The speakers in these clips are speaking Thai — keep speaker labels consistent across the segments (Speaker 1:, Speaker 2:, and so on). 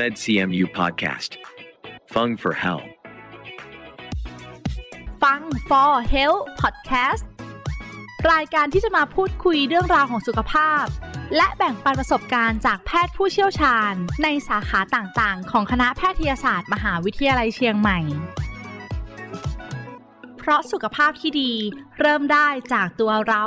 Speaker 1: MedCMU Podcast. Fung for Health.
Speaker 2: ฟัง for health podcast รายการที่จะมาพูดคุยเรื่องราวของสุขภาพ และแบ่งปันประสบการณ์จากแพทย์ผู้เชี่ยวชาญ ในสาขาต่างๆ ของคณะแพทยศาสตร์ มหาวิทยาลัยเชียงใหม่ เพราะสุขภาพที่ดีเริ่มได้จากตัวเรา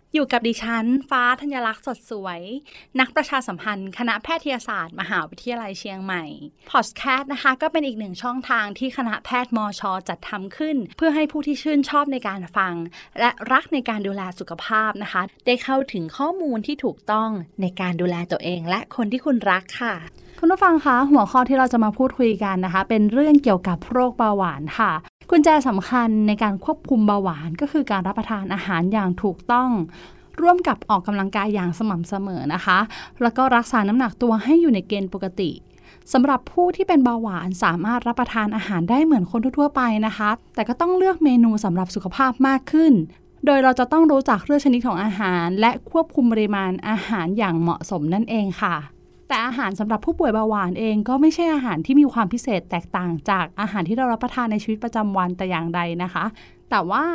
Speaker 2: อยู่กับดิฉัน ฟ้าธัญลักษณ์สดสวย นักประชาสัมพันธ์ คณะแพทยศาสตร์ มหาวิทยาลัยเชียงใหม่ พอดแคสต์นะคะ ก็เป็นอีกหนึ่งช่องทางที่คณะแพทย์มอชอจัดทำขึ้น เพื่อให้ผู้ที่ชื่นชอบในการฟัง และรักในการดูแลสุขภาพนะคะ ได้เข้าถึงข้อมูลที่ถูกต้องในการดูแลตัวเองและคนที่คุณรักค่ะ คุณผู้ฟังคะหัวข้อที่เราจะมาพูดคุยกันนะคะ เป็นเรื่องเกี่ยวกับโรคเบาหวานค่ะ กุญแจสำคัญในการควบคุมเบาหวานก็คือการรับประทานอาหารอย่างถูกต้อง ร่วมกับออกกำลังกายอย่างสม่ำเสมอนะคะ แล้วก็รักษาน้ำหนักตัวให้อยู่ในเกณฑ์ปกติสำหรับผู้ที่เป็นเบาหวานสามารถรับประทานอาหารได้เหมือนคนทั่วๆไปนะคะ แต่ก็ต้องเลือกเมนูสำหรับสุขภาพมากขึ้น โดยเราจะต้องรู้จักเลือกชนิดของอาหาร และควบคุมปริมาณอาหารอย่างเหมาะสมนั่นเองค่ะ แต่อาหารสำหรับผู้ป่วยเบาหวานเองก็ไม่ใช่อาหารที่มีความพิเศษแตกต่างจากอาหารที่เรารับประทานในชีวิตประจำวันแต่อย่างใดนะคะ แต่ว่า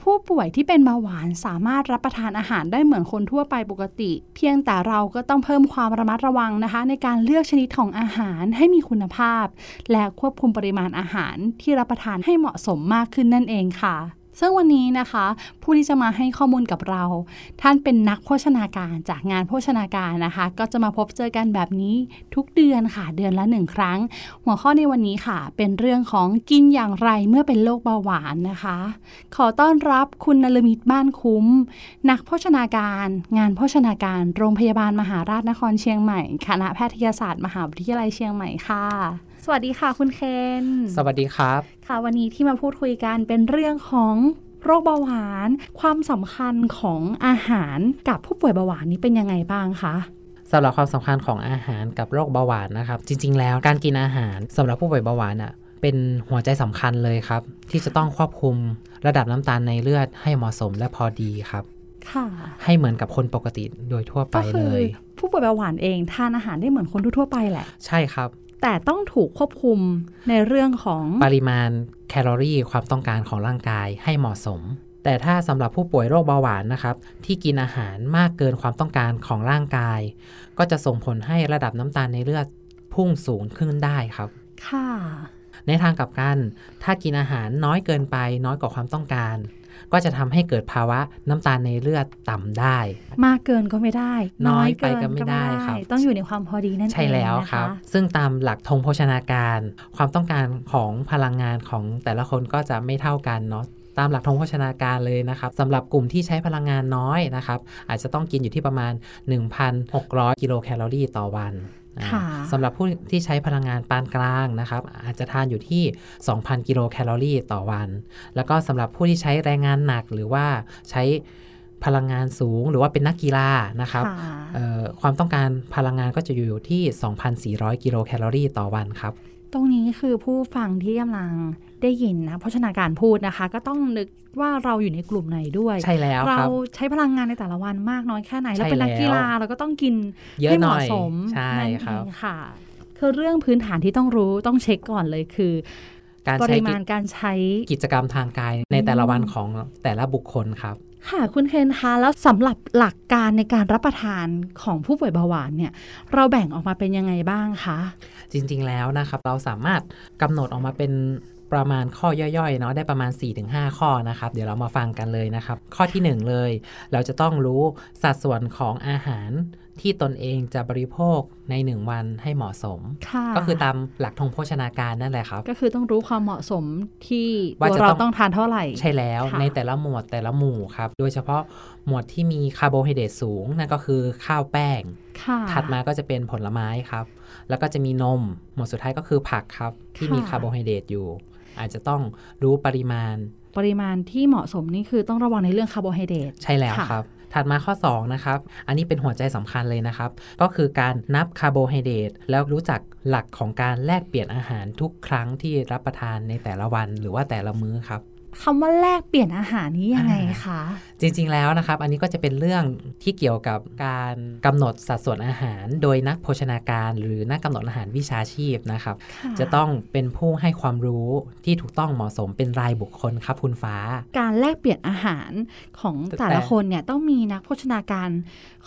Speaker 2: ผู้ป่วยที่เป็นเบาหวานสามารถรับประทานอาหารได้เหมือนคนทั่วไปปกติ เพียงแต่เราก็ต้องเพิ่มความระมัดระวังนะคะ ในการเลือกชนิดของอาหารให้มีคุณภาพ และควบคุมปริมาณอาหารที่รับประทานให้เหมาะสมมากขึ้นนั่นเองค่ะ ซึ่งวันนี้นะคะ ผู้ที่จะมาให้ข้อมูลกับเรา ท่านเป็นนักโภชนาการจากงานโภชนาการนะคะ ก็จะมาพบเจอกันแบบนี้ทุกเดือนค่ะ เดือนละหนึ่งครั้ง หัวข้อในวันนี้ค่ะ เป็นเรื่องของกินอย่างไรเมื่อเป็นโรคเบาหวานนะคะ ขอต้อนรับคุณนลมิตบ้านคุ้ม นักโภชนาการ งานโภชนาการ โรงพยาบาลมหาราชนครเชียงใหม่คณะแพทยศาสตร์ มหาวิทยาลัยเชียงใหม่ค่ะ สวัสดีค่ะคุณเคน
Speaker 3: สวัสดีครับ
Speaker 2: ค่ะวันนี้ที่มาพูดคุยกันเป็นเรื่องของโรคเบาหวาน ความสำคัญของอาหารกับผู้ป่วยเบาหวานนี้เป็นยังไงบ้างคะ
Speaker 3: สำหรับความสำคัญของอาหารกับโรคเบาหวานนะครับ จริง ๆ แล้วการกินอาหารสำหรับผู้ป่วยเบาหวานอ่ะ เป็นหัวใจสำคัญเลยครับ ที่จะต้องควบคุมระดับน้ำตาลในเลือดให้เหมาะสมและพอดีครับ
Speaker 2: ค่ะ
Speaker 3: ให้เหมือนกับคนปกติโดยทั่วไป
Speaker 2: ก็คื
Speaker 3: เล
Speaker 2: อย ผู้ป่วยเบาหวานเองทานอาหารได้เหมือนคนทั่วๆไปแหละ
Speaker 3: ใช่ครับ
Speaker 2: แต่ต้องถูกควบคุมในเรื่องของ
Speaker 3: ปริมาณแคลอรี่ความต้องการของร่างกายให้เหมาะสม แต่ถ้าสำหรับผู้ป่วยโรคเบาหวานนะครับ ที่กินอาหารมากเกินความต้องการของร่างกาย ก็จะส่งผลให้ระดับน้ำตาลในเลือดพุ่งสูงขึ้นได้ครับ
Speaker 2: ค่ะ
Speaker 3: ในทางกลับกัน ถ้ากินอาหารน้อยเกินไปน้อยกว่าความต้องการ ก็จะทำให้เกิดภาวะน้ำตาลในเลือดต่ำได้
Speaker 2: มากเกินก็ไม่ได้
Speaker 3: น้อยไปก็ไม่ได้ครับ
Speaker 2: ต้องอยู่ในความพอดีนั่นเอง
Speaker 3: ใช่แล้ว
Speaker 2: นะะ
Speaker 3: ครับ ซึ่งตามหลักธงโภชนาการ ความต้องการของพลังงานของแต่ละคนก็จะไม่เท่ากันเนาะตามหลักธงโภชนาการเลยนะครับสำหรับกลุ่มที่ใช้พลังงานน้อยนะครับ อาจจะต้องกินอยู่ที่ประมาณ 1,600 กิโลแคลอรี่ต่อวันนะ
Speaker 2: ค่ะ
Speaker 3: สำหรับผู้ที่ใช้พลังงานปานกลางนะครับ อาจจะทานอยู่ที่ 2,000 กิโลแคลอรี่ต่อวัน แล้วก็สำหรับผู้ที่ใช้แรงงานหนักหรือว่าใช้พลังงานสูงหรือว่าเป็นนักกีฬานะครับ
Speaker 2: ค่ะ
Speaker 3: เอ่อความต้องการพลังงานก็จะอยู่ที่ 2,400 กิโลแคลอรี่ต่อวันครับ
Speaker 2: ตรงนี้คือผู้ฟังที่กำลังได้ยินนะโภชนาการพูดนะคะ ก็ต้องนึกว่าเราอยู่ในกลุ่มไหนด้วย
Speaker 3: ใช่แล้วค
Speaker 2: เรา
Speaker 3: รับ
Speaker 2: ใช้พลังงานในแต่ละวันมากน้อยแค่ไหน
Speaker 3: ใช่
Speaker 2: เราเป็นนักกีฬา
Speaker 3: แล้ว
Speaker 2: เราก็ต้องกิน
Speaker 3: เยอะ
Speaker 2: ให้
Speaker 3: ห
Speaker 2: เห
Speaker 3: น่
Speaker 2: มาะ
Speaker 3: อย
Speaker 2: สม
Speaker 3: ใช่
Speaker 2: นั่น
Speaker 3: ครับ
Speaker 2: เองค่ะ คือเรื่องพื้นฐานที่ต้องรู้ต้องเช็คก่อนเลยคือ
Speaker 3: การ
Speaker 2: ป
Speaker 3: ใช้
Speaker 2: ริ
Speaker 3: กิ
Speaker 2: มาณการใช้
Speaker 3: กิจกรรมทางกายในแต่ละวันของแต่ละบุคคลครับ
Speaker 2: ค่ะคุณเคนคะแล้วสำหรับหลักการในการรับประทานของผู้ป่วยเบาหวานเนี่ย เราแบ่งออกมาเป็นยังไงบ้างคะ
Speaker 3: จริงๆแล้วนะครับ เราสามารถกำหนดออกมาเป็นประมาณข้อย่อยๆเนาะได้ประมาณ 4-5 ข้อนะครับ เดี๋ยวเรามาฟังกันเลยนะครับ ข้อทีหนึ่1 เลย เราจะต้องรู้สัดส่วนของอาหารที่ตนเองจะบริโภคใน 1 วันให้เหมาะสม
Speaker 2: ค่ะ
Speaker 3: ก็คือตามหลักธงโภชนาการนั่นแหละครับ
Speaker 2: ก็คือต้องรู้ความเหมาะสมที่
Speaker 3: ว่า
Speaker 2: ตัว
Speaker 3: จะ
Speaker 2: เรา
Speaker 3: ต้อง
Speaker 2: ต้องทานเท่าไหร่
Speaker 3: ใช่แล้ว
Speaker 2: ค่ะ
Speaker 3: ในแต่ละหมวดแต่ละหมู่ครับ โดยเฉพาะหมวดที่มีคาร์โบไฮเดรตสูง นั่นก็คือข้าวแป้ง
Speaker 2: ค่ะ
Speaker 3: ถัดมาก็จะเป็นผลไม้ครับ แล้วก็จะมีนม หมวดสุดท้ายก็คือผักครับ ที่
Speaker 2: ค่ะ
Speaker 3: มีคาร์โบไฮเดรตอยู่ อาจจะต้องรู้ปริมาณ
Speaker 2: ปริมาณที่เหมาะสมนี่คือต้องระวังในเรื่องคาร์โบไฮเดรต
Speaker 3: ใช่แล้ว
Speaker 2: ค่ะ
Speaker 3: ครับ ถัดมาข้อ2นะครับอันนี้เป็นหัวใจสำคัญเลยนะครับ ก็คือการนับคาร์โบไฮเดรตแล้วรู้จักหลักของการแลกเปลี่ยนอาหารทุกครั้งที่รับประทานในแต่ละวันหรือว่าแต่ละมื้อครับ
Speaker 2: คำว่าแลกเปลี่ยนอาหารนี้ยังไงคะ
Speaker 3: จริงๆ แล้วนะครับ อันนี้ก็จะเป็นเรื่องที่เกี่ยวกับการกำหนดสัดส่วนอาหาร โดยนักโภชนาการ หรือนักกำหนดอาหารวิชาชีพนะครับ
Speaker 2: ค่
Speaker 3: จะต้องเป็นผู้ให้ความรู้ที่ถูกต้องเหมาะสมเป็นรายบุคคลครับคุณฟ้า
Speaker 2: การแลกเปลี่ยนอาหารของ
Speaker 3: แต่
Speaker 2: แต่ละคนเนี่ยต้องมีนักโภชนาการ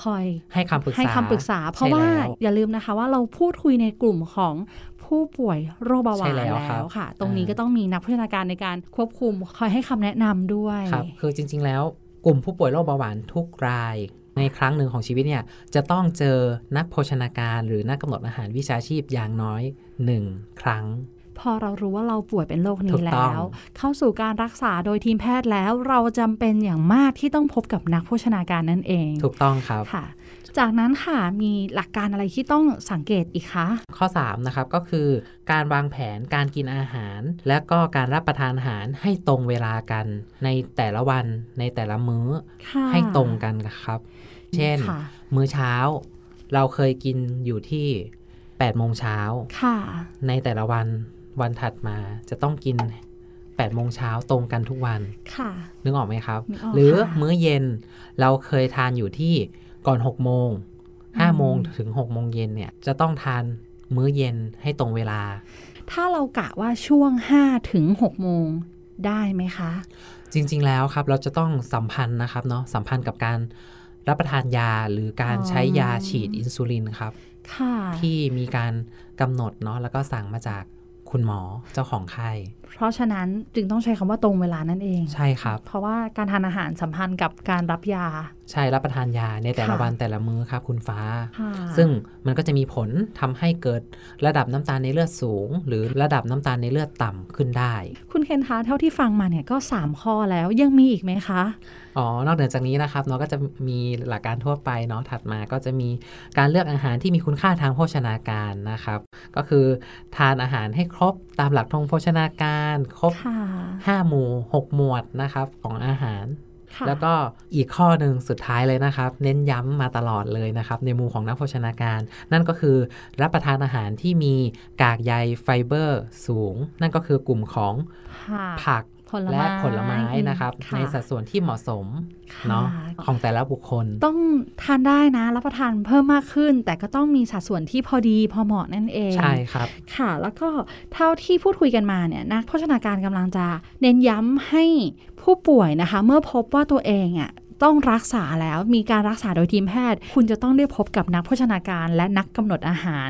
Speaker 2: คอย
Speaker 3: ให้คำปรึกษา
Speaker 2: ให้คำปรึกษา เพราะ
Speaker 3: ใช่
Speaker 2: ว่า
Speaker 3: แล้ว
Speaker 2: อย่าลืมนะคะว่าเราพูดคุยในกลุ่มของผู้ป่วยโรคเบาหวาน
Speaker 3: ใช่แล้
Speaker 2: แล้ว
Speaker 3: ครับ
Speaker 2: วค่ะ ตรงนี้
Speaker 3: อ่า
Speaker 2: ก็ต้องมีนักพัฒนาการในการควบคุมคอยให้คำแนะนำด้วย
Speaker 3: ครับ คือจริงๆ แล้วกลุ่มผู้ป่วยโรคเบาหวานทุกราย ในครั้งหนึ่งของชีวิตเนี่ยจะต้องเจอนักโภชนาการ หรือนักกำหนดอาหารวิชาชีพอย่างน้อยหนึ่งครั้ง
Speaker 2: พอเรารู้ว่าเราป่วยเป็นโรค
Speaker 3: ถู
Speaker 2: นี้
Speaker 3: กต้
Speaker 2: แล้
Speaker 3: อ
Speaker 2: ว
Speaker 3: ง
Speaker 2: เข้าสู่การรักษาโดยทีมแพทย์แล้ว เราจำเป็นอย่างมากที่ต้องพบกับนักโภชนาการนั่นเอง
Speaker 3: ถูกต้องครับ
Speaker 2: ค่ะ จากนั้นค่ะมีหลักการอะไรที่ต้องสังเกตอีกคะ
Speaker 3: ข้อ3นะครับก็คือการวางแผนการกินอาหาร และก็การรับประทานอาหารให้ตรงเวลากัน ในแต่ละวันในแต่ละมื้อ
Speaker 2: ค่ะ
Speaker 3: ให้ตรงกันนะครับ เช่น
Speaker 2: ค่ะ
Speaker 3: มื้อเช้า เราเคยกินอยู่ที่8โมงเช้า
Speaker 2: ค่ะ
Speaker 3: ในแต่ละวันวันถัดมาจะต้องกิน8โมงเช้าตรงกันทุกวัน
Speaker 2: ค่ะ
Speaker 3: นึกออกไหมครับ
Speaker 2: นึกออก
Speaker 3: หรือ
Speaker 2: ค่ะ
Speaker 3: มื้อเย็นเราเคยทานอยู่ที่ก่อน6โมง5โมง
Speaker 2: อืม
Speaker 3: ถึง6โมงเย็นเนี่ยจะต้องทานมื้อเย็นให้ตรงเวลา
Speaker 2: ถ้าเรากะว่าช่วง5ถึง6โมงได้ไหมคะ
Speaker 3: จริงๆ แล้วครับเราจะต้องสัมพันธ์นะครับเนาะสัมพันธ์กับการรับประทานยาหรือการ
Speaker 2: อ๋อ
Speaker 3: ใช้ยาฉีดอินซูลินครับ
Speaker 2: ค่ะ
Speaker 3: ที่มีการกำหนดเนาะแล้วก็สั่งมาจากคุณหมอเจ้าของไข้
Speaker 2: เพราะฉะนั้นจึงต้องใช้คำว่าตรงเวลานั่นเอง
Speaker 3: ใช่ครับ
Speaker 2: เพราะว่าการทานอาหารสัมพันธ์กับการรับยา
Speaker 3: ใช่รับประทานยาในแต่ละ
Speaker 2: ค่ะ
Speaker 3: วันแต่ละมื้อครับคุณฟ้า
Speaker 2: ค่ะ
Speaker 3: ซึ่งมันก็จะมีผลทำให้เกิดระดับน้ำตาลในเลือดสูง หรือระดับน้ำตาลในเลือดต่ำขึ้นได้
Speaker 2: คุณเคนคะเท่าที่ฟังมาเนี่ยก็ 3 ข้อแล้วยังมีอีกไหมคะ
Speaker 3: อ๋อ นอกเหนือจากนี้นะครับเนาะก็จะมีหลักการทั่วไปเนาะถัดมาก็จะมีการเลือกอาหารที่มีคุณค่าทางโภชนาการนะครับ ก็คือทานอาหารให้ครบตามหลักทงโภชนาการ ครบ
Speaker 2: ค่ะ
Speaker 3: 5 หมู่ 6 หมวดนะครับของอาหาร
Speaker 2: ค่ะ
Speaker 3: แล้วก็อีกข้อหนึ่งสุดท้ายเลยนะครับ เน้นย้ำมาตลอดเลยนะครับ ในมุมของนักโภชนาการ นั่นก็คือรับประทานอาหารที่มีกากใยไฟเบอร์สูง นั่นก็คือกลุ่มของ
Speaker 2: ค่ะ
Speaker 3: ผัก
Speaker 2: ผลไม้
Speaker 3: และผลไม้นะครับ
Speaker 2: ค่ะ
Speaker 3: ในสัดส่วนที่เหมาะสม
Speaker 2: ค่ะ
Speaker 3: เนาะของแต่ละบุคคล
Speaker 2: ต้องทานได้นะรับประทานเพิ่มมากขึ้น แต่ก็ต้องมีสัดส่วนที่พอดีพอเหมาะนั่นเอง
Speaker 3: ใช่ครับ
Speaker 2: ค่ะ แล้วก็เท่าที่พูดคุยกันมาเนี่ยนักโภชนาการกำลังจะเน้นย้ำให้ผู้ป่วยนะคะ เมื่อพบว่าตัวเองอ่ะต้องรักษาแล้วมีการรักษาโดยทีมแพทย์ คุณจะต้องได้พบกับนักโภชนาการและนักกำหนดอาหาร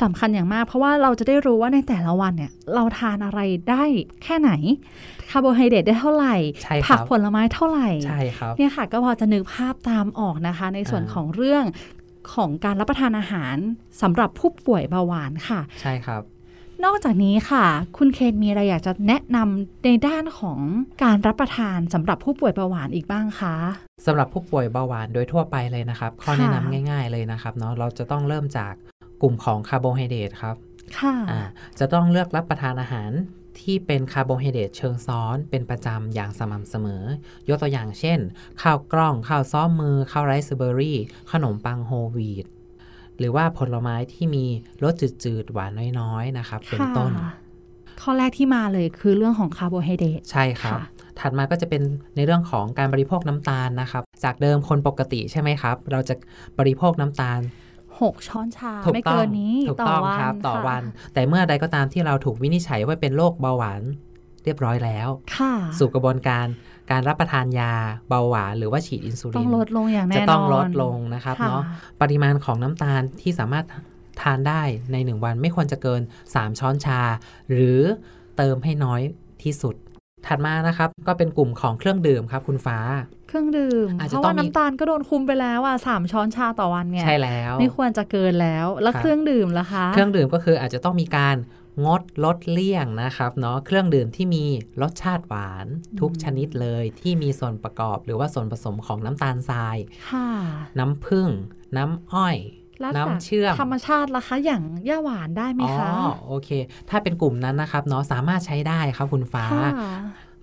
Speaker 2: สำคัญอย่างมาก เพราะว่าเราจะได้รู้ว่าในแต่ละวันเนี่ยเราทานอะไรได้แค่ไหนคาร์โบไฮเดรตได้เท่าไหร่
Speaker 3: ใช่ค
Speaker 2: ผั
Speaker 3: รั
Speaker 2: ก
Speaker 3: บ
Speaker 2: ผลไม้เท่าไหร่
Speaker 3: ใช่ครับ
Speaker 2: เนี่ยค่ะก็พอจะนึกภาพตามออกนะคะ ในส่วน
Speaker 3: อ่า
Speaker 2: ของเรื่องของการรับประทานอาหารสำหรับผู้ป่วยเบาหวานค่ะ
Speaker 3: ใช่ครับ
Speaker 2: นอกจากนี้ค่ะ คุณเคนมีอะไรอยากจะแนะนำในด้านของการรับประทานสำหรับผู้ป่วยเบาหวานอีกบ้างคะ
Speaker 3: สำหรับผู้ป่วยเบาหวานโดยทั่วไปเลยนะครับ ข้อ
Speaker 2: ค่ะ
Speaker 3: แนะนำง่าย ๆเลยนะครับเนาะเราจะต้องเริ่มจากกลุ่มของคาร์โบไฮเดรตครับ
Speaker 2: ค่ะ
Speaker 3: อ่าจะต้องเลือกรับประทานอาหารที่เป็นคาร์โบไฮเดรตเชิงซ้อนเป็นประจำอย่างสม่ำเสมอ ยกตัวอย่างเช่น ข้าวกล้อง ข้าวซ้อมมือ ข้าวไรซ์เบอร์รี่ ขนมปังโฮลวีตหรือว่าผลไม้ที่มีรสจืดๆหวานน้อยๆนะครับเป็น
Speaker 2: ค่ะ
Speaker 3: ต้น
Speaker 2: ข้อแรกที่มาเลยคือเรื่องของคาร์โบไฮเดรต
Speaker 3: ใช่ครับ
Speaker 2: ค่ะ
Speaker 3: ถัดมาก็จะเป็นในเรื่องของการบริโภคน้ำตาลนะครับ จากเดิมคนปกติใช่ไหมครับ เราจะบริโภคน้ำตาล
Speaker 2: 6 ช้อนชา
Speaker 3: ถูก
Speaker 2: ไม่
Speaker 3: ต้อ
Speaker 2: เกิ
Speaker 3: ง
Speaker 2: นนี้
Speaker 3: ถูก
Speaker 2: ต่อ
Speaker 3: ต้อง
Speaker 2: วัน
Speaker 3: ครับต่อวัน
Speaker 2: ค่ะ
Speaker 3: แต่เมื่อใดก็ตามที่เราถูกวินิจฉัยว่าเป็นโรคเบาหวานเรียบร้อยแล้ว
Speaker 2: ค่ะ
Speaker 3: สู่กระบวนการการรับประทานยาเบาหวานหรือว่าฉีดอินซู
Speaker 2: ต้
Speaker 3: ลิ
Speaker 2: อง
Speaker 3: น
Speaker 2: ลดลงอย่างแน่นอน
Speaker 3: จะต้องลดลงนะครับเนาะปริมาณของน้ำตาลที่สามารถทานได้ในหนึ่งวันไม่ควรจะเกิน 3 ช้อนชา หรือเติมให้น้อยที่สุด ถัดมานะครับ ก็เป็นกลุ่มของเครื่องดื่มครับคุณฟ้า
Speaker 2: เครื่องดื่ม
Speaker 3: อาจ
Speaker 2: เพ
Speaker 3: จะ
Speaker 2: ราะ
Speaker 3: ต้อ
Speaker 2: ว่าง
Speaker 3: มี
Speaker 2: น้ำตาลก็โดนคุมไปแล้วอ่ะสามช้อนชาต่อวันเนี่ย
Speaker 3: ใช่แล้ว
Speaker 2: ไม่ควรจะเกินแล้ว แล้ว
Speaker 3: ครับ
Speaker 2: เครื่องดื่มล่ะคะ
Speaker 3: เครื่องดื่มก็คืออาจจะต้องมีการงดลดเลี่ยงนะครับเนาะเครื่องดื่มที่มีรสชาติหวานทุก
Speaker 2: อืม
Speaker 3: ชนิดเลยที่มีส่วนประกอบ หรือว่าส่วนผสมของน้ำตาลทราย
Speaker 2: ค่ะ
Speaker 3: น้ำผึ้งน้ำอ้อย
Speaker 2: แล้ว
Speaker 3: น้ำเชื่อม
Speaker 2: ธรรมชาติล่ะคะ อย่างย่าหวานได้ไหม
Speaker 3: อ๋อ
Speaker 2: คะ
Speaker 3: โอเค ถ้าเป็นกลุ่มนั้นนะครับเนาะสามารถใช้ได้ครับคุณฟ้า
Speaker 2: ค่ะ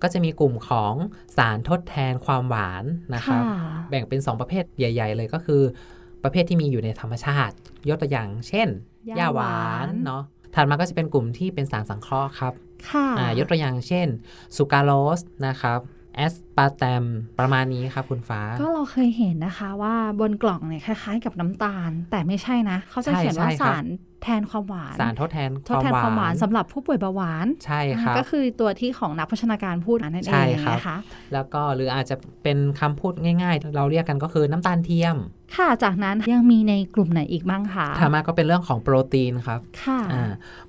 Speaker 3: ก็จะมีกลุ่มของสารทดแทนความหวานนะครับ แบ่งเป็น 2 ประเภทใหญ่ ๆ เลยก็คือ ประเภทที่มีอยู่ในธรรมชาติ ยกตัวอย่างเช่น
Speaker 4: หญ้าหวาน
Speaker 3: เนาะถัดมาก็จะเป็นกลุ่มที่เป็นสารสังเคราะห์ครับ
Speaker 4: ค่ะ
Speaker 3: อ่ายกตัวอย่างเช่นซูกราโลสนะครับแอสปาร์แตมประมาณนี้ครับคุณฟ้า
Speaker 2: ก็เราเคยเห็นนะคะว่าบนกล่องเนี่ยคล้ายๆ กับน้ำตาล แต่ไม่ใช่นะ เขาจะ
Speaker 3: ใช่
Speaker 2: เขียนว่า
Speaker 3: ใช่ครับ
Speaker 2: สารแทนความหวาน
Speaker 3: สารทดแทน
Speaker 2: ทดแทนความหวานสำหรับผู้ป่วยเบาหวาน
Speaker 3: ใช่ครับ
Speaker 2: ก็คือตัวที่ของนักโภชนาการพูดนั่นเอ
Speaker 3: ใช่
Speaker 2: ง
Speaker 3: ครับ
Speaker 2: นะคะ
Speaker 3: แล้วก็หรืออาจจะเป็นคำพูดง่ายๆ เราเรียกกันก็คือน้ำตาลเทียม
Speaker 2: ค่ะจากนั้นยังมีในกลุ่มไหนอีกบ้างคะ
Speaker 3: ถัดมาก็เป็นเรื่องของโปรตีนครับ
Speaker 2: ค่ะ
Speaker 3: อ่า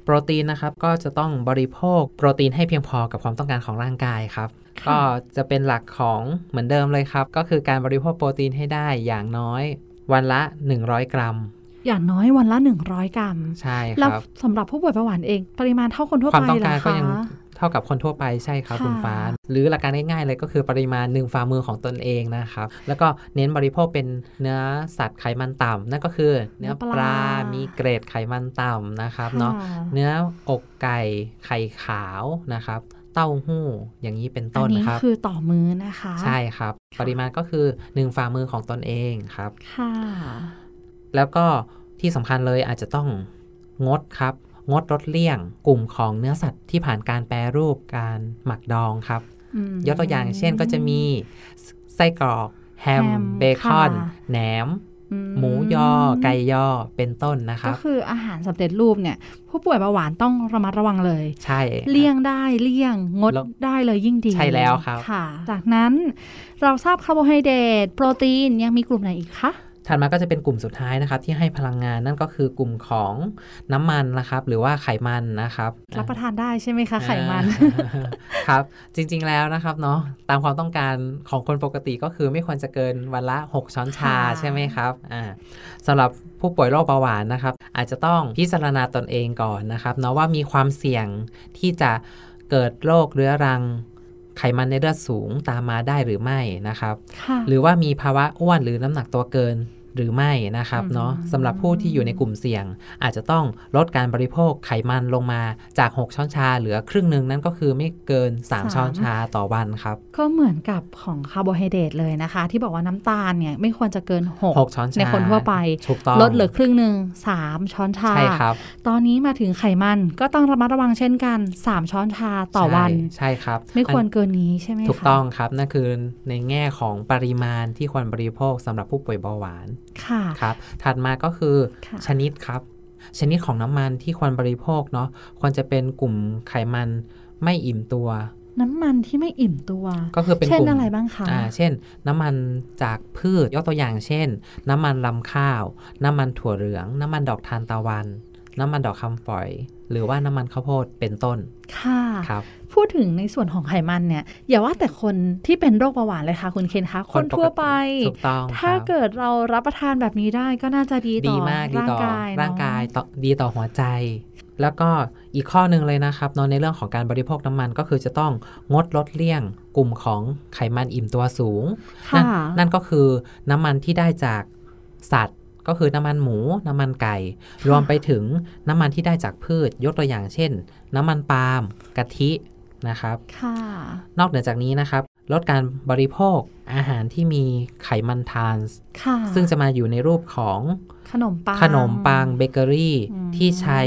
Speaker 3: โปรตีนนะครับก็จะต้องบริโภคโปรตีนให้เพียงพอกับความต้องการของร่างกายครับ ก็จะเป็นหลักของเหมือนเดิมเลยครับ ก็คือการบริโภคโปรตีนให้ได้อย่างน้อยวันละ 100 กรัม
Speaker 2: อย่างน้อยวันละ 100 กรัม
Speaker 3: ใช่ค
Speaker 2: แล้ว
Speaker 3: รับ
Speaker 2: สำหรับผู้ป่วยเบาหวานเอง ปริมาณเท่าคนทั่ว
Speaker 3: ค
Speaker 2: ไป
Speaker 3: วามต้องการ
Speaker 2: เห
Speaker 3: ก็
Speaker 2: คะ
Speaker 3: ยังเท่ากับคนทั่วไปใช่ครับ
Speaker 2: ค่ะ
Speaker 3: คุณฟ้า หรือหลักการง่ายๆเลยก็คือปริมาณหนึ่งฝ่ามือของตนเองนะครับ แล้วก็เน้นบริโภคเป็นเนื้อสัตว์ไขมันต่ำนั่นก็คือเนื้อปลา มีเกรดไขมันต่ำนะครับเนาะ
Speaker 2: ค่ะ
Speaker 3: เนื้ออกไก่ไข่ขาวนะครับ เต้าหู้อย่างนี้เป็น
Speaker 2: อั
Speaker 3: ต้น
Speaker 2: นนี้
Speaker 3: ครับ
Speaker 2: คือต่อมื้อนะคะ
Speaker 3: ใช่ครับ ปริมาณก็คือหนึ่งฝ่ามือของตนเองครับ
Speaker 2: ค่ะ
Speaker 3: แล้วก็ที่สำคัญเลยอาจจะต้องงดครับ งดลดเลี่ยงกลุ่มของเนื้อสัตว์ที่ผ่านการแปรรูปการหมักดองครับ
Speaker 2: อืม
Speaker 3: ยกตัวอย่างเช่นก็จะมีไส้กรอกแฮม
Speaker 2: แฮม
Speaker 3: เบคอน
Speaker 2: ค่ะ
Speaker 3: แหนม
Speaker 2: อื
Speaker 3: หมูยอ ไก่ยอเป็นต้นนะค
Speaker 2: ก็
Speaker 3: รับ
Speaker 2: คืออาหารสำเร็จรูปเนี่ย ผู้ป่วยเบาหวานต้องระมัดระวังเลย
Speaker 3: ใช่ครับ
Speaker 2: เลี่ยงได้เลี่ยงงด
Speaker 3: แล้ว
Speaker 2: ได้เลยยิ่งดี
Speaker 3: ใช่แล้วครับ
Speaker 2: ค่ะ จากนั้นเราทราบคาร์โบไฮเดรตโปรตีนยังมีกลุ่มไหนอีกคะ
Speaker 3: ถัดมาก็จะเป็นกลุ่มสุดท้ายนะครับที่ให้พลังงานนั่นก็คือกลุ่มของน้ำมันนะครับ หรือว่าไขมันนะครับ
Speaker 2: รับประทานได้ใช่ไหมคะ ไข มัน
Speaker 3: อ่า ครับ จริงๆแล้วนะครับเนาะตามความต้องการของคนปกติก็คือไม่ควรจะเกินวันละ 6 ช้อนชา
Speaker 2: ค่ะ
Speaker 3: ใช่ไหมครับอ่าสำหรับผู้ป่วยโรคเบาหวานนะครับ อาจจะต้องพิจารณาตนเองก่อนนะครับเนาะว่ามีความเสี่ยงที่จะเกิดโรคเรื้อรัง ไขมันในเลือดสูงตามมาได้หรือไม่นะครับ
Speaker 2: ค่ะ
Speaker 3: หรือว่ามีภาวะอ้วนหรือน้ำหนักตัวเกินหรือไม่นะครับ
Speaker 2: อืม
Speaker 3: เนาะสำหรับผู้ที่อยู่ในกลุ่มเสี่ยง อาจจะต้องลดการบริโภคไขมันลงมาจาก 6 ช้อนชา เหลือครึ่งหนึ่งนั่นก็คือไม่เกิน 3 ช้อนชาต่อวันครับ
Speaker 2: ก็เหมือนกับของคาร์โบไฮเดรตเลยนะคะ ที่บอกว่าน้ำตาลเนี่ยไม่ควรจะเกิน
Speaker 3: 6 ช้อนชา
Speaker 2: ในคนทั่วไป
Speaker 3: ถูกต้อง
Speaker 2: ลดเหลือครึ่งหนึ่งสามช้อนชา
Speaker 3: ใช่ครับ
Speaker 2: ตอนนี้มาถึงไขมันก็ต้องระมัดระวังเช่นกัน 3 ช้อนชาต่อวัน
Speaker 3: ใช่ใช่ครับ
Speaker 2: ไม่ควร
Speaker 3: อั
Speaker 2: เกินนี้ใช่ไหม
Speaker 3: น
Speaker 2: คะ
Speaker 3: ถูกต้องครับนั่นคือในแง่ของปริมาณที่ควรบริโภคสำหรับผู้ป่วยเบาหวาน
Speaker 2: ค่ะ
Speaker 3: ครับ ถัดมาก็คือ
Speaker 2: ค่ะ
Speaker 3: ชนิดครับ ชนิดของน้ำมันที่ควรบริโภคเนาะ ควรจะเป็นกลุ่มไขมันไม่อิ่มตัว
Speaker 2: น้ำมันที่ไม่อิ่มตัว
Speaker 3: ก็คือเป็น
Speaker 2: เช่น
Speaker 3: กลุ่ม
Speaker 2: อะไรบ้างคะ
Speaker 3: อ่า เช่น น้ำมันจากพืช ยกตัวอย่างเช่น น้ำมันลำข้าว น้ำมันถั่วเหลือง น้ำมันดอกทานตะวัน น้ำมันดอกคำฝอย หรือว่าน้ำมันข้าวโพด เป็นต้น
Speaker 2: ค่ะ
Speaker 3: ครับ
Speaker 2: พูดถึงในส่วนของไขมันเนี่ย อย่าว่าแต่คนที่เป็นโรคเบาหวานเลยค่ะ คุณเคนคะคนทั่วไป
Speaker 3: ถูกต้อง
Speaker 2: ถ้า
Speaker 3: ครับ
Speaker 2: เกิดเรารับประทานแบบนี้ได้ก็น่าจะดีต่
Speaker 3: ดี
Speaker 2: อ
Speaker 3: มากดี
Speaker 2: ร่าง
Speaker 3: ต่อก
Speaker 2: าย
Speaker 3: ร่างกาย
Speaker 2: เนอะ
Speaker 3: ต่อดีต่อหัวใจ แล้วก็อีกข้อหนึ่งเลยนะครับเนอะในเรื่องของการบริโภคน้ำมันก็คือจะต้องงดลดเลี่ยงกลุ่มของไขมันอิ่มตัวสูง
Speaker 2: ค่ะ
Speaker 3: นนนั่นก็คือน้ำมันที่ได้จากสัตว์ ก็คือน้ำมันหมู น้ำมันไก่ รวมไปถึงน้ำมันที่ได้จากพืช ยกตัวอย่างเช่น น้ำมันปาล์มกะทินะครับ
Speaker 2: ค่ะ
Speaker 3: นอกเหนือจากนี้นะครับ ลดการบริโภคอาหารที่มีไขมันทรานส์
Speaker 2: ค่ะ
Speaker 3: ซึ่งจะมาอยู่ในรูปของ
Speaker 2: ขนมปัง
Speaker 3: ขนมปังเบเกอรี่
Speaker 2: อืม
Speaker 3: ที่ใช้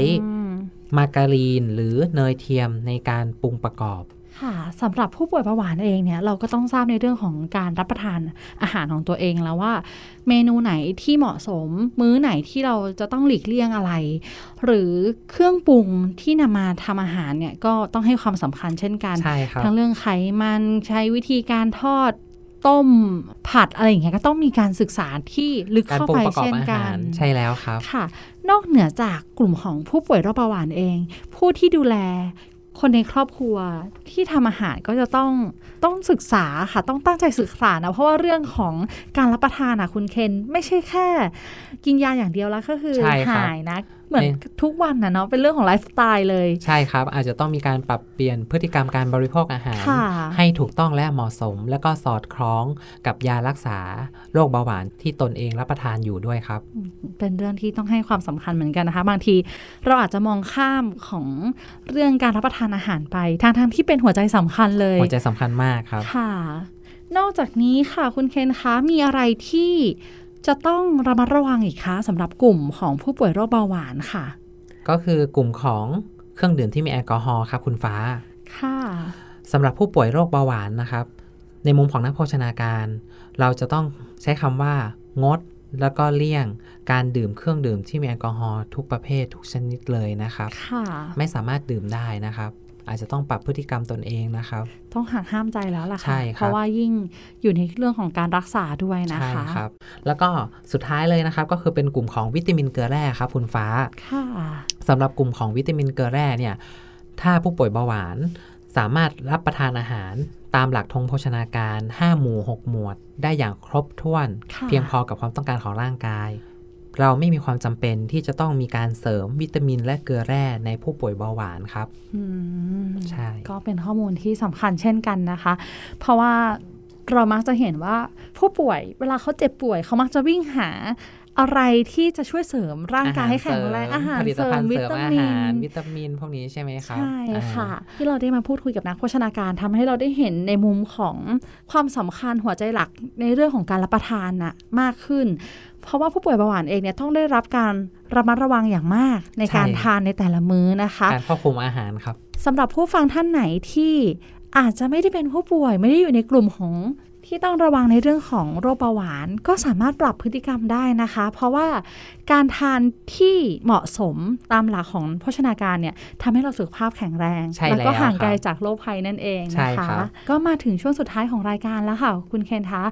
Speaker 3: มาการีนหรือเนยเทียมในการปรุงประกอบ
Speaker 2: ค่ะสำหรับผู้ป่วยเบาหวานเองเนี่ย เราก็ต้องทราบในเรื่องของการรับประทานอาหารของตัวเองแล้วว่า เมนูไหนที่เหมาะสม มื้อไหนที่เราจะต้องหลีกเลี่ยงอะไร หรือเครื่องปรุงที่นำมาทำอาหารเนี่ยก็ต้องให้ความสำคัญเช่นกัน
Speaker 3: ใช่ครับ
Speaker 2: ทั้งเรื่องไขมันใช้วิธีการทอดต้มผัดอะไรอย่างเงี้ยก็ต้องมีการศึกษาที่ลึก
Speaker 3: การ
Speaker 2: เข้า
Speaker 3: ปรุง
Speaker 2: ไป
Speaker 3: ประกอบ
Speaker 2: เช่น
Speaker 3: อา
Speaker 2: กั
Speaker 3: หาร
Speaker 2: น
Speaker 3: ใช่แล้วครับ
Speaker 2: ค่ะ นอกเหนือจากกลุ่มของผู้ป่วยโรคเบาหวานเอง ผู้ที่ดูแล คนในครอบครัวที่ทำอาหารก็จะต้องต้องศึกษาค่ะ ต้องตั้งใจศึกษานะเพราะว่าเรื่องของการรับประทานอ่ะคุณเคน ไม่ใช่แค่ กินยาอย่างเดียวแล้วก็คือ
Speaker 3: ใช่ครับ
Speaker 2: หายนะ เหมือน
Speaker 3: ใน
Speaker 2: ทุกวันนะเนาะเป็นเรื่องของไลฟ์สไตล์เลย
Speaker 3: ใช่ครับ อาจจะต้องมีการปรับเปลี่ยนพฤติกรรมการบริโภคอาหาร
Speaker 2: ค่ะ
Speaker 3: ให้ถูกต้องและเหมาะสม แล้วก็สอดคล้องกับยารักษาโรคเบาหวานที่ตนเองรับประทานอยู่ด้วยครับ
Speaker 2: เป็นเรื่องที่ต้องให้ความสำคัญเหมือนกันนะคะ บางทีเราอาจจะมองข้ามของเรื่องการรับประทานอาหารไปทางทางๆที่เป็นหัวใจสำคัญเลย
Speaker 3: หัวใจสำคัญมากครับ
Speaker 2: ค่ะ นอกจากนี้ค่ะคุณเคนคะมีอะไรที่จะต้องระมัดระวังอีกคะสำหรับกลุ่มของผู้ป่วยโรคเบาหวานค่ะ
Speaker 3: ก็คือกลุ่มของเครื่องดื่มที่มีแอลกอฮอล์ครับคุณฟ้า
Speaker 2: ค่ะ
Speaker 3: สำหรับผู้ป่วยโรคเบาหวานนะครับ ในมุมของนักโภชนาการ เราจะต้องใช้คำว่างดแล้วก็เลี่ยงการดื่มเครื่องดื่มที่มีแอลกอฮอล์ทุกประเภททุกชนิดเลยนะครับ
Speaker 2: ค่ะ
Speaker 3: ไม่สามารถดื่มได้นะครับ อาจจะต้องปรับพฤติกรรมตนเองนะครับ
Speaker 2: ต้องห่างห้ามใจแล้วล่ะ
Speaker 3: ใช่
Speaker 2: ค่ะ
Speaker 3: ครับ
Speaker 2: เพราะว่ายิ่งอยู่ในเรื่องของการรักษาด้วยนะ
Speaker 3: ใช่
Speaker 2: คะ
Speaker 3: ครับ แล้วก็สุดท้ายเลยนะครับ ก็คือเป็นกลุ่มของวิตามินเกลือแร่ครับคุณฟ้า
Speaker 2: ค่ะ
Speaker 3: สำหรับกลุ่มของวิตามินเกลือแร่เนี่ย ถ้าผู้ป่วยเบาหวาน สามารถรับประทานอาหารตามหลักธงโภชนาการ 5 หมู่ 6 หมวด ได้อย่างครบถ้วน
Speaker 2: ค่ะ
Speaker 3: เพียงพอกับความต้องการของร่างกาย เราไม่มีความจำเป็นที่จะต้องมีการเสริมวิตามินและเกลือแร่ในผู้ป่วยเบาหวานครับ
Speaker 2: อืม
Speaker 3: ใช่
Speaker 2: ก็เป็นข้อมูลที่สำคัญเช่นกันนะคะ เพราะว่าเรามักจะเห็นว่าผู้ป่วยเวลาเขาเจ็บป่วยเขามักจะวิ่งหาอะไรที่จะช่วยเสริมร่างกายให้แข็งแรงอาหาร
Speaker 3: ผลิต
Speaker 2: เสริ
Speaker 3: ภั
Speaker 2: ม
Speaker 3: ณฑ์
Speaker 2: วิ
Speaker 3: เสริม
Speaker 2: ตา
Speaker 3: อา
Speaker 2: มิ
Speaker 3: หาร
Speaker 2: น
Speaker 3: วิตามินพวกนี้ใช่ไหมครับ
Speaker 2: ใช่ค่ะ
Speaker 3: อ่า
Speaker 2: ที่เราได้มาพูดคุยกับนักโภชนาการทำให้เราได้เห็นในมุมของความสำคัญหัวใจหลักในเรื่องของการรับประทานน่ะมากขึ้น เพราะว่าผู้ป่วยเบาหวานเองเนี่ยต้องได้รับการระมัดระวังอย่างมากในการ
Speaker 3: ใช่
Speaker 2: ทานในแต่ละมื้อนะคะ
Speaker 3: การควบคุมอาหารครับ
Speaker 2: สำหรับผู้ฟังท่านไหนที่อาจจะไม่ได้เป็นผู้ป่วย ไม่ได้อยู่ในกลุ่มของที่ต้องระวังในเรื่องของโรคเบาหวาน ก็สามารถปรับพฤติกรรมได้นะคะ เพราะว่าการทานที่เหมาะสมตามหลักของโภชนาการเนี่ยทำให้เราสุขภาพแข็งแรง
Speaker 3: ใช่
Speaker 2: แล้วก็
Speaker 3: แล้ว
Speaker 2: ห่างไกล
Speaker 3: ครับ
Speaker 2: จากโรคภัยนั่นเอง
Speaker 3: ใช่
Speaker 2: นะ
Speaker 3: ครั
Speaker 2: คะ
Speaker 3: บ
Speaker 2: ก็มาถึงช่วงสุดท้ายของรายการแล้วค่ะ คุณเคนทะ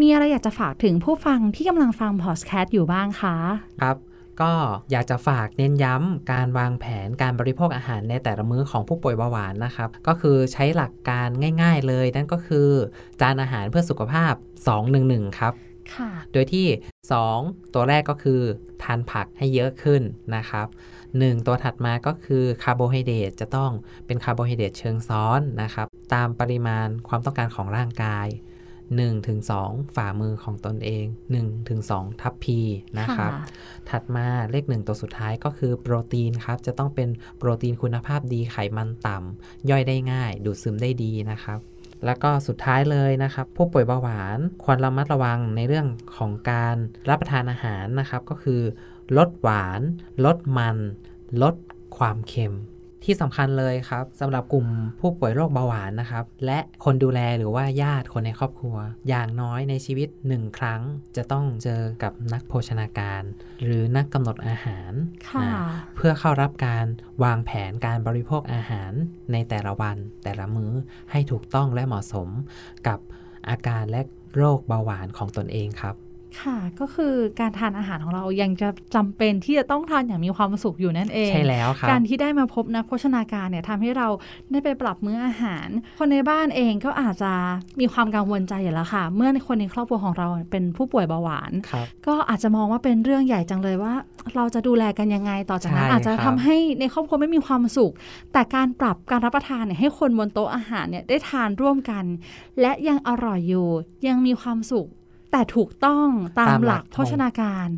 Speaker 2: มีอะไรอยากจะฝากถึงผู้ฟังที่กำลังฟังพอดแคสต์อยู่บ้างคะ
Speaker 3: ครับก็อยากจะฝากเน้นย้ำการวางแผนการบริโภคอาหารในแต่ละมื้อของผู้ป่วยเบาหวานนะครับ ก็คือใช้หลักการง่ายๆเลย นั่นก็คือ จานอาหารเพื่อสุขภาพ 211 ครับ
Speaker 2: ค่ะ
Speaker 3: โดยที่ 2 ตัวแรกก็คือทานผักให้เยอะขึ้นนะครับ 1 ตัวถัดมาก็คือคาร์โบไฮเดรตจะต้องเป็นคาร์โบไฮเดรตเชิงซ้อนนะครับ ตามปริมาณความต้องการของร่างกาย 1-2 ฝ่ามือของตนเอง 1-2 ทัพพีนะครับ ถัดมาเลขหนึ่งตัวสุดท้ายก็คือโปรตีนครับ จะต้องเป็นโปรตีนคุณภาพดีไขมันต่ำย่อยได้ง่าย ดูดซึมได้ดีนะครับ แล้วก็สุดท้ายเลยนะครับ ผู้ป่วยเบาหวานควรระมัดระวังในเรื่องของการรับประทานอาหารนะครับ ก็คือ ลดหวาน ลดมัน ลดความเค็ม ที่สำคัญเลยครับสำหรับกลุ่มผู้ป่วยโรคเบาหวานนะครับ และคนดูแลหรือว่าญาติคนในครอบครัว อย่างน้อยในชีวิตหนึ่งครั้ง จะต้องเจอกับนักโภชนาการ หรือนักกำหนดอาหาร
Speaker 2: ค่ะ
Speaker 3: นะเพื่อเข้ารับการวางแผนการบริโภคอาหารในแต่ละวัน แต่ละมื้อให้ถูกต้องและเหมาะสมกับอาการและโรคเบาหวานของตนเองครับ
Speaker 2: ค่ะก็คือการทานอาหารของเรายังจะจำเป็นที่จะต้องทานอย่างมีความสุขอยู่นั่นเอง
Speaker 3: ใช่แล้วครับ
Speaker 2: การที่ได้มาพบนะโภชนาการเนี่ยทำให้เราได้ไปปรับมื้ออาหาร คนในบ้านเองก็อาจจะมีความกังวลใจอยู่แล้วค่ะ เมื่อคนในครอบครัวของเราเป็นผู้ป่วยเบาหวาน
Speaker 3: ครับ
Speaker 2: ก็อาจจะมองว่าเป็นเรื่องใหญ่จังเลยว่า เราจะดูแลกันยังไงต่อจากนั้น
Speaker 3: ใช่
Speaker 2: อาจจะ
Speaker 3: ครั
Speaker 2: ทำ
Speaker 3: บ
Speaker 2: ให้ในครอบครัวไม่มีความสุข แต่การปรับการรับประทานเนี่ยให้คนบนโต๊ะอาหารเนี่ยได้ทานร่วมกัน และยังอร่อยอยู่ ยังมีความสุข แต่ถูกต้องตามหลักโภชนาการ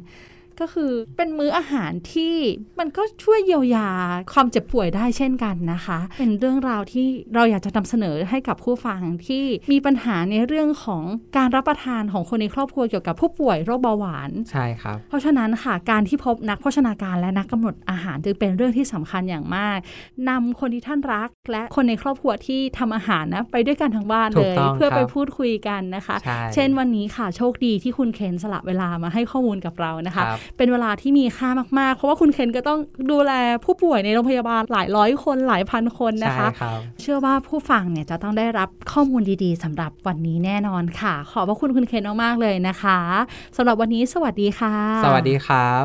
Speaker 2: ก็คือเป็นมื้ออาหารที่มันก็ช่วยเยียวยาความเจ็บป่วยได้เช่นกันนะคะ เป็นเรื่องราวที่เราอยากจะนำเสนอให้กับผู้ฟังที่มีปัญหาในเรื่องของการรับประทานของคนในครอบครัวเกี่ยวกับผู้ป่วยโรคเบาหวาน
Speaker 3: ใช่ครับ
Speaker 2: เพราะฉะนั้นค่ะการที่พบนักโภชนาการและนักกำหนดอาหารจึงเป็นเรื่องที่สำคัญอย่างมากนำคนที่ท่านรัก และคนในครอบครัวที่ทำอาหารนะไปด้วยกันทั้งบ้าน
Speaker 3: ถู
Speaker 2: เล
Speaker 3: ก
Speaker 2: ย
Speaker 3: ต้อง
Speaker 2: เพื่อ
Speaker 3: ครับ
Speaker 2: ไปพูดคุยกันนะคะ
Speaker 3: ใช่
Speaker 2: เช่นวันนี้ค่ะโชคดีที่คุณเคนสละเวลามาให้ข้อมูลกับเรานะ
Speaker 3: ค
Speaker 2: คะ
Speaker 3: รับ
Speaker 2: เป็นเวลาที่มีค่ามากๆ เพราะว่าคุณเคนก็ต้องดูแลผู้ป่วยในโรงพยาบาลหลายร้อยคนหลายพันคนนะคะ
Speaker 3: ใช่ครับ
Speaker 2: เชื่อว่าผู้ฟังเนี่ยจะต้องได้รับข้อมูลดีๆสำหรับวันนี้แน่นอนค่ะ ขอบพระคุณคุณเคนมากๆเลยนะคะสำหรับวันนี้สวัสดีค่ะ
Speaker 3: สวัสดีครับ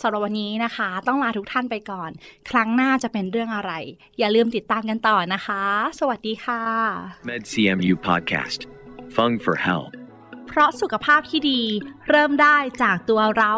Speaker 2: สำหรับวันนี้นะคะ ต้องลาทุกท่านไปก่อน ครั้งหน้าจะเป็นเรื่องอะไร อย่าลืมติดตามกันต่อนะคะ สวัสดีค่ะ
Speaker 1: MedCMU Podcast. Fung for Health.
Speaker 2: เพราะสุขภาพที่ดี เริ่มได้จากตัวเรา